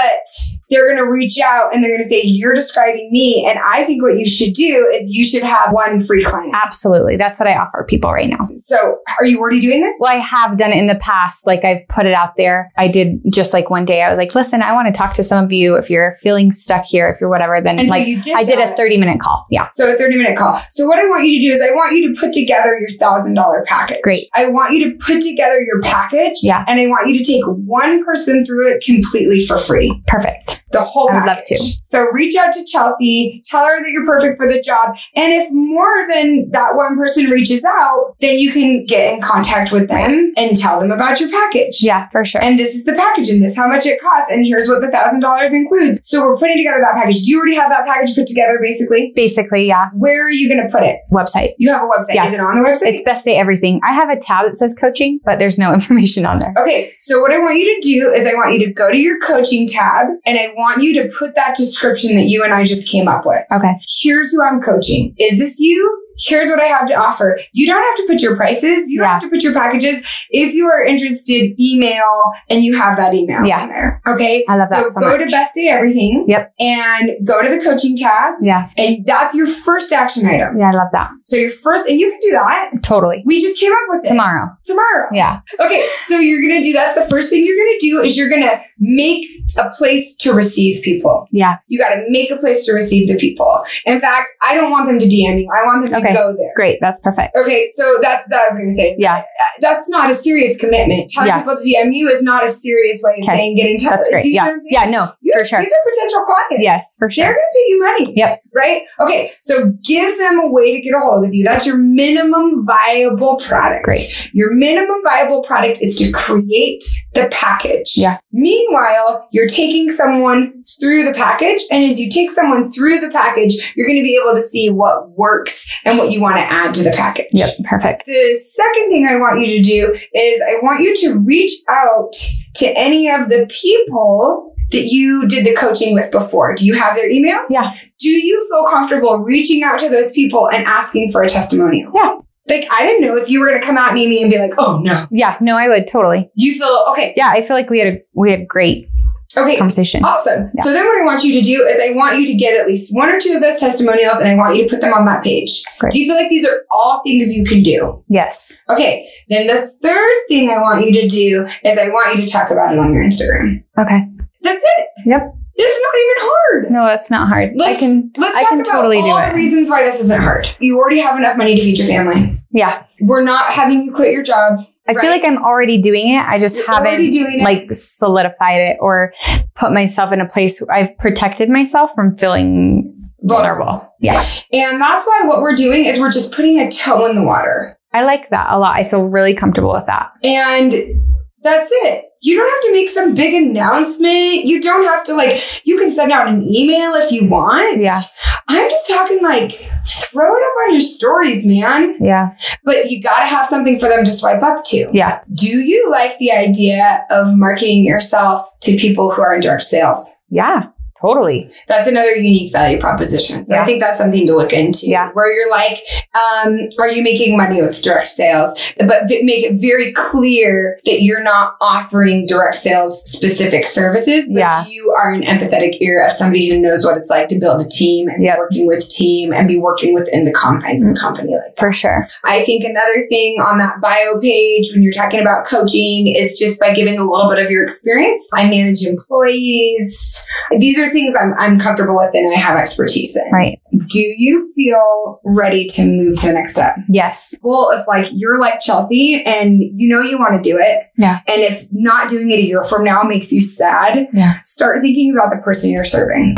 C: they're gonna reach out and they're gonna say you're describing me, and I think what you should do is you should have one free client.
B: Absolutely. That's what I offer people right now.
C: So, are you already doing this?
B: Well, I have done it in the past. Like I've put it out there. I did just like one day. I was like, listen, I want to talk to some of you. If you're feeling stuck here, if you're whatever, then
C: And so
B: like
C: you did.
B: I did a
C: that.
B: 30 minute call. Yeah.
C: So a 30 minute call. So what I want you to do is I want you to put together your thousand dollar package.
B: Great.
C: I want you to put together your package.
B: Yeah.
C: And I want you to take one person through it completely for free.
B: Perfect.
C: the whole
B: I
C: package.
B: would love to.
C: So reach out to Chelsea, tell her that you're perfect for the job. And if more than that one person reaches out, then you can get in contact with them and tell them about your package.
B: Yeah, for sure.
C: And this is the package and this is how much it costs and here's what the thousand dollars includes. So we're putting together that package. Do you already have that package put together basically?
B: Basically, yeah.
C: Where are you gonna put it?
B: Website.
C: You have a website.
B: Yeah.
C: Is it on the website?
B: It's best day everything. I have a tab that says coaching, but there's no information on there.
C: Okay, so what I want you to do is I want you to go to your coaching tab and I want you to put that description that you and I just came up with.
B: Okay.
C: Here's who I'm coaching. Is this you? Here's what I have to offer. You don't have to put your prices. You don't
B: Yeah.
C: have to put your packages. If you are interested, email and you have that email
B: Yeah.
C: on there. Okay.
B: I love that so
C: go
B: much.
C: to Best Day Everything.
B: Yep.
C: And go to the coaching tab.
B: Yeah.
C: And that's your first action item.
B: Yeah, I love that.
C: So your first, and you can do that.
B: Totally.
C: We just came up with it
B: Tomorrow.
C: tomorrow.
B: Yeah.
C: Okay, so you're gonna do that's the first thing you're gonna do is you're gonna make a place to receive people.
B: Yeah.
C: You gotta make a place to receive the people. In fact, I don't want them to DM you. I want them to
B: Okay.
C: go there.
B: Great. That's perfect.
C: Okay, so that's that I was gonna say.
B: Yeah.
C: That's not a serious commitment. Telling
B: Yeah.
C: people to DM you is not a serious way of
B: Okay.
C: saying get in touch.
B: That's great.
C: Do you know
B: Yeah.
C: what I'm saying?
B: Yeah. No,
C: You-
B: for sure.
C: These are potential clients.
B: Yes, for sure.
C: They're gonna pay you money.
B: Yep.
C: Right? Okay. So give them a way to get a hold of you. That's your minimum viable product.
B: Great.
C: Your minimum viable product is to create the package.
B: Yeah.
C: Meanwhile, you're taking someone through the package. And as you take someone through the package, you're going to be able to see what works and what you want to add to the package.
B: Yep. Perfect.
C: The second thing I want you to do is I want you to reach out to any of the people that you did the coaching with before. Do you have their emails?
B: Yeah.
C: Do you feel comfortable reaching out to those people and asking for a testimonial?
B: Yeah.
C: Like, I didn't know if you were going to come at me and be like, oh no.
B: Yeah. No, I would totally.
C: You feel, okay,
B: Yeah. I feel like we had a, we had a great
C: okay,
B: conversation.
C: Awesome.
B: Yeah.
C: So then what I want you to do is I want you to get at least one or two of those testimonials and I want you to put them on that page.
B: Great.
C: Do you feel like these are all things you can do?
B: Yes.
C: Okay. Then the third thing I want you to do is I want you to talk about it on your Instagram.
B: Okay.
C: That's it.
B: Yep.
C: This is not even hard.
B: No, that's not hard. I
C: Let's,
B: can,
C: let's
B: I
C: talk
B: can
C: about
B: totally do
C: all
B: it.
C: the reasons why this isn't hard. You already have enough money to feed your family.
B: yeah.
C: We're not having you quit your job.
B: I feel
C: Right.
B: like I'm already doing it. I just
C: You're already
B: haven't
C: doing it.
B: like solidified it or put myself in a place where I've protected myself from feeling vulnerable. Yeah.
C: And that's why what we're doing is we're just putting a toe in the water.
B: I like that a lot. I feel really comfortable with that.
C: And that's it. You don't have to make some big announcement. You don't have to like you can send out an email if you want.
B: Yeah.
C: I'm just talking like throw it up on your stories, man.
B: Yeah.
C: But you got to have something for them to swipe up to.
B: Yeah.
C: Do you like the idea of marketing yourself to people who are in direct sales?
B: Yeah. Totally.
C: That's another unique value proposition. So I
B: Yeah.
C: think that's something to look into.
B: Yeah.
C: Where you're like, um, are you making money with direct sales? But v- make it very clear that you're not offering direct sales specific services, but
B: Yeah.
C: you are an empathetic ear of somebody who knows what it's like to build a team and
B: Yep.
C: be working with team and be working within the confines of the company. Like
B: For sure.
C: I think another thing on that bio page when you're talking about coaching is just by giving a little bit of your experience. I manage employees. These are things I'm, I'm comfortable with and I have expertise in.
B: Right.
C: Do you feel ready to move to the next step?
B: Yes.
C: Well, if like you're like Chelsea and you know you want to do it,
B: Yeah.
C: and if not doing it a year from now makes you sad,
B: Yeah.
C: start thinking about the person you're serving.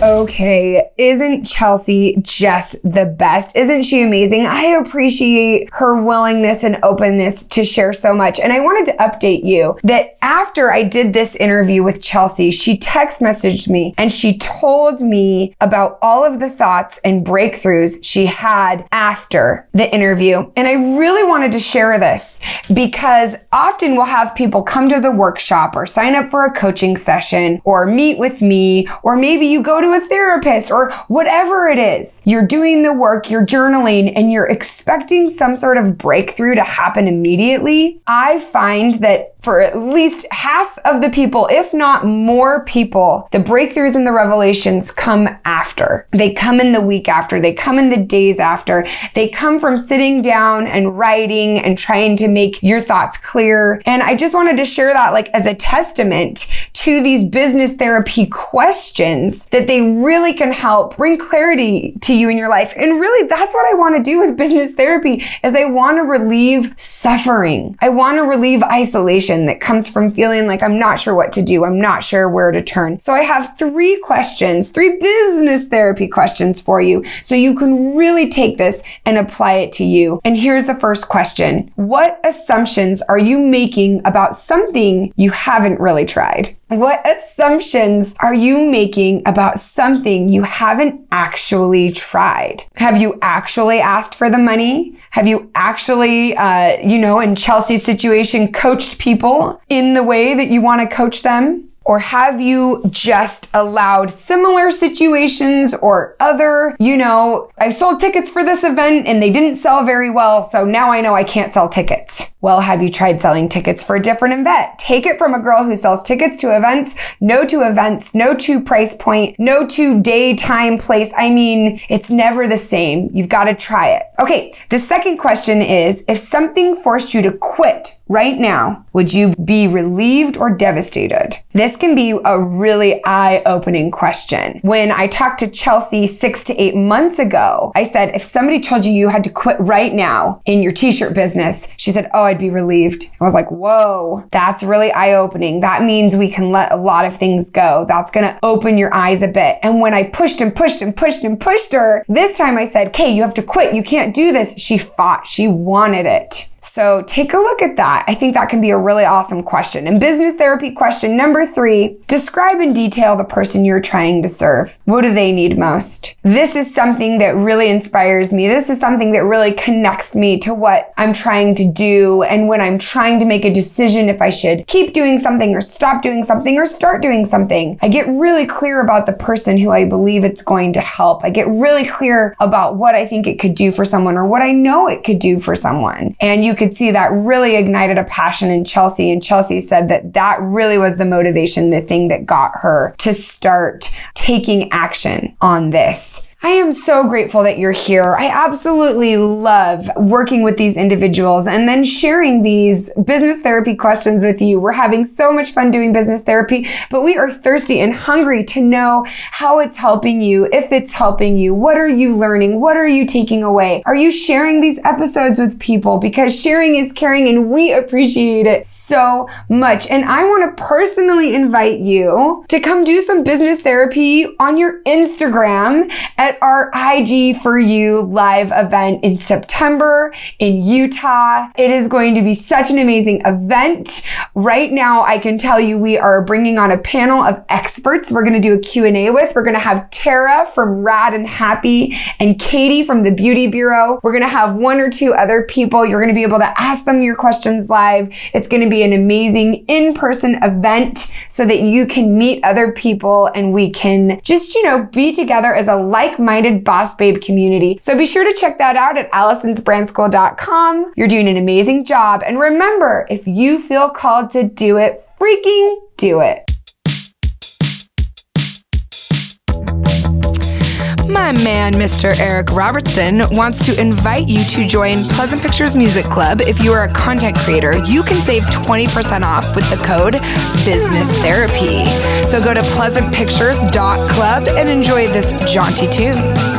C: Okay, isn't Chelsea just the best? Isn't she amazing? I appreciate her willingness and openness to share so much. And I wanted to update you that after I did this interview with Chelsea, she text messaged me and she told me about all of the thoughts and breakthroughs she had after the interview. And I really wanted to share this because often we'll have people come to the workshop or sign up for a coaching session or meet with me, or maybe you go to a therapist or whatever it is. You're doing the work, you're journaling, and you're expecting some sort of breakthrough to happen immediately. I find that for at least half of the people, if not more people, the breakthroughs and the revelations come after. They come in the week after, they come in the days after, they come from sitting down and writing and trying to make your thoughts clear. And I just wanted to share that, like, as a testament to these business therapy questions that they really can help bring clarity to you in your life. And really, that's what I want to do with business therapy is I want to relieve suffering. I want to relieve isolation that comes from feeling like I'm not sure what to do. I'm not sure where to turn. So I have three questions, three business therapy questions for you. So you can really take this and apply it to you. And here's the first question. What assumptions are you making about something you haven't really tried? What assumptions are you making about something you haven't actually tried? Have you actually asked for the money? Have you actually, uh, you know, in Chelsea's situation, coached people in the way that you want to coach them? Or have you just allowed similar situations or other, you know, I sold tickets for this event and they didn't sell very well, so now I know I can't sell tickets. Well, have you tried selling tickets for a different event? Take it from a girl who sells tickets to events, no to events, no to price point, no to day, time, place. I mean, it's never the same. You've got to try it. Okay, the second question is if something forced you to quit right now, would you be relieved or devastated? This can be a really eye opening question. When I talked to Chelsea six to eight months ago, I said, if somebody told you you had to quit right now in your t shirt business, she said, Oh, I'd be relieved. I was like, Whoa, that's really eye opening. That means we can let a lot of things go. That's going to open your eyes a bit. And when I pushed and pushed and pushed and pushed her, this time I said, Kay, you have to quit. You can't do this. She fought. She wanted it. So take a look at that. I think that can be a really awesome question. And business therapy question number three, describe in detail the person you're trying to serve. What do they need most? This is something that really inspires me. This is something that really connects me to what I'm trying to do. And when I'm trying to make a decision if I should keep doing something or stop doing something or start doing something, I get really clear about the person who I believe it's going to help. I get really clear about what I think it could do for someone or what I know it could do for someone. And you could see that really ignited a passion in Chelsea. And Chelsea said that that really was the motivation, the thing that got her to start taking action on this. I am so grateful that you're here. I absolutely love working with these individuals and then sharing these business therapy questions with you. We're having so much fun doing business therapy, but we are thirsty and hungry to know how it's helping you, if it's helping you, what are you learning? What are you taking away? Are you sharing these episodes with people? Because sharing is caring and we appreciate it so much. And I want to personally invite you to come do some business therapy on your Instagram at our IG for You live event in September in Utah. It is going to be such an amazing event. Right now, I can tell you we are bringing on a panel of experts. We're going to do a Q&A with. We're going to have Tara from Rad and Happy and Katie from the Beauty Bureau. We're going to have one or two other people. You're going to be able to ask them your questions live. It's going to be an amazing in-person event so that you can meet other people and we can just, you know, be together as a like minded boss babe community. So be sure to check that out at allisonsbrandschool.com. You're doing an amazing job. And remember, if you feel called to do it, freaking do it.
A: My man, Mr. Eric Robertson, wants to invite you to join Pleasant Pictures Music Club. If you are a content creator, you can save 20% off with the code Business Therapy. So go to pleasantpictures.club and enjoy this jaunty tune.